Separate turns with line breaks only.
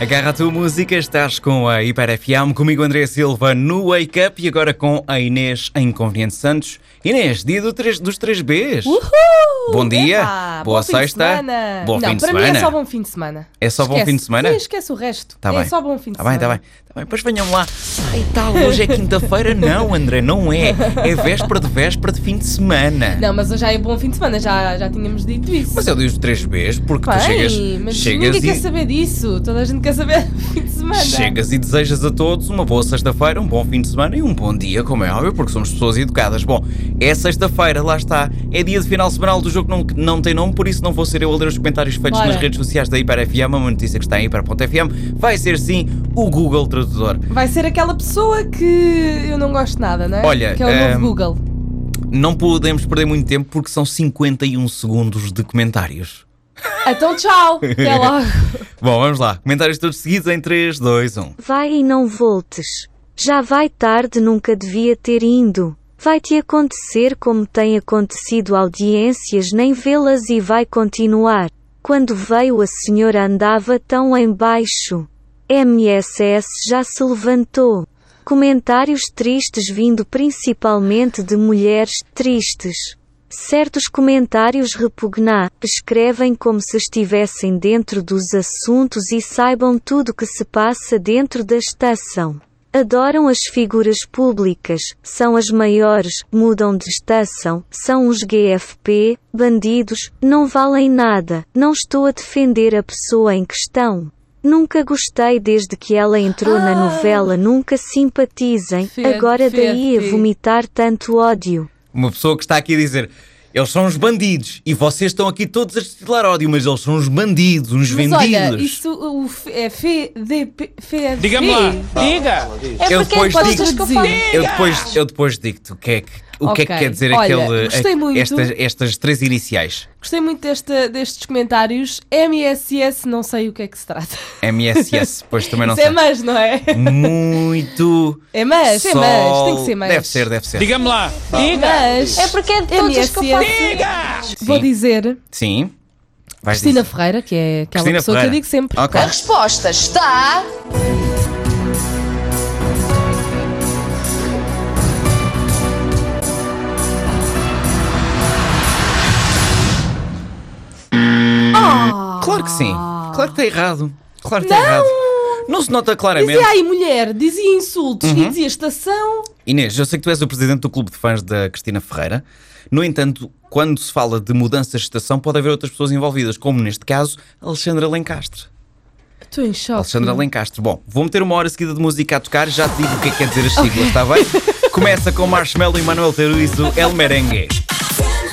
Agarra a tua música, estás com a Hiper FM, comigo André Silva no Wake Up e agora com a Inês em Conveniente Santos. Inês, dia do três- dos 3Bs.
Uh, Uhul!
Bom dia,
Epá,
boa
bom fim de
sexta,
semana.
bom
não,
fim de
para mim
semana.
é só bom fim de semana.
É só bom
Esquece.
fim de semana?
Sim, esquece o resto.
Tá
é
bem.
só bom fim de
Tá bem,
semana.
tá bem, tá bem. Pois venham lá. Ai tal, hoje é quinta-feira. não, André, não é. É véspera de véspera de fim de semana.
Não, mas hoje já é bom fim de semana, já, já tínhamos dito isso.
Mas é o dia dos 3Bs porque
Bem,
tu chegas,
mas
chegas,
ninguém quer
e,
saber disso. Toda a gente quer saber do fim de semana.
chegas e desejas a todos uma boa sexta-feira, um bom fim de semana e um bom dia, como é óbvio, porque somos pessoas educadas. Bom, é sexta-feira, lá está. É dia de final semanal do jogo que não, não tem nome, por isso não vou ser eu a ler os comentários feitos
Bora.
nas redes sociais da Hiper FM. Uma notícia que está em hiper.fm vai ser sim o Google Tradutor.
Vai ser aquela pessoa que eu não gosto nada, não é?
Olha,
que é o
ehm,
novo Google.
Não podemos perder muito tempo porque são 51 segundos de comentários.
Então tchau, até logo.
Bom, vamos lá. Comentários todos seguidos em um. 3, 2, 1.
Vai e não voltes. Já vai tarde, nunca devia ter indo. Vai-te acontecer como tem acontecido audiências, nem vê-las e vai continuar. Quando veio a senhora andava tão em baixo. MSS já se levantou. Comentários tristes vindo principalmente de mulheres tristes. Certos comentários repugnar, escrevem como se estivessem dentro dos assuntos e saibam tudo que se passa dentro da estação. Adoram as figuras públicas, são as maiores, mudam de estação, são os GFP, bandidos, não valem nada, não estou a defender a pessoa em questão. Nunca gostei desde que ela entrou na
Ah.
novela, nunca simpatizem,
Fede,
agora daí a
fede.
vomitar tanto ódio.
Uma pessoa que está aqui a dizer. Eles são uns bandidos e vocês estão aqui todos a destilar ódio, mas eles são uns bandidos, uns
Mas
vendidos.
olha, isso o, F- é FDP. FDP.
Diga-me lá, diga!
É
Eu
porque é
depois
que
digo-
podes traduzir.
Eu depois, eu depois digo-te o que é que, o que, é que
Ok.
quer dizer
Olha,
aquele,
gostei muito.
Estas, estas três iniciais.
Gostei muito desta- destes comentários. MSS, não sei o que é que se trata.
MSS, pois também não
Isso
sei.
é mas, não é?
Muito.
É mas, é mas, tem que ser mas.
Deve ser, deve ser.
Diga-me lá, diga!
Mas. É porque é de todos os que eu faço. Vou dizer
Sim. Vais
Cristina
dizer.
Ferreira, que é aquela
Cristina
pessoa
Ferreira.
que eu digo sempre.
Ok.
resposta está.
Ah, Claro que sim. Claro que está errado. Claro que está errado. Não se nota claramente.
Dizia aí mulher, dizia insultos
Uhum.
e dizia estação.
Inês, eu sei que tu és o presidente do clube de fãs da Cristina Ferreira. No entanto, quando se fala de mudanças de estação, pode haver outras pessoas envolvidas, como neste caso, Alexandra Lencastre.
Estou em choque.
Alexandra Lencastre. Bom, vou meter uma hora seguida de música a tocar, já tá te digo o que é que quer dizer as siglas, está bem? Começa com Marshmallow e Manuel Teruizo, El Merengue.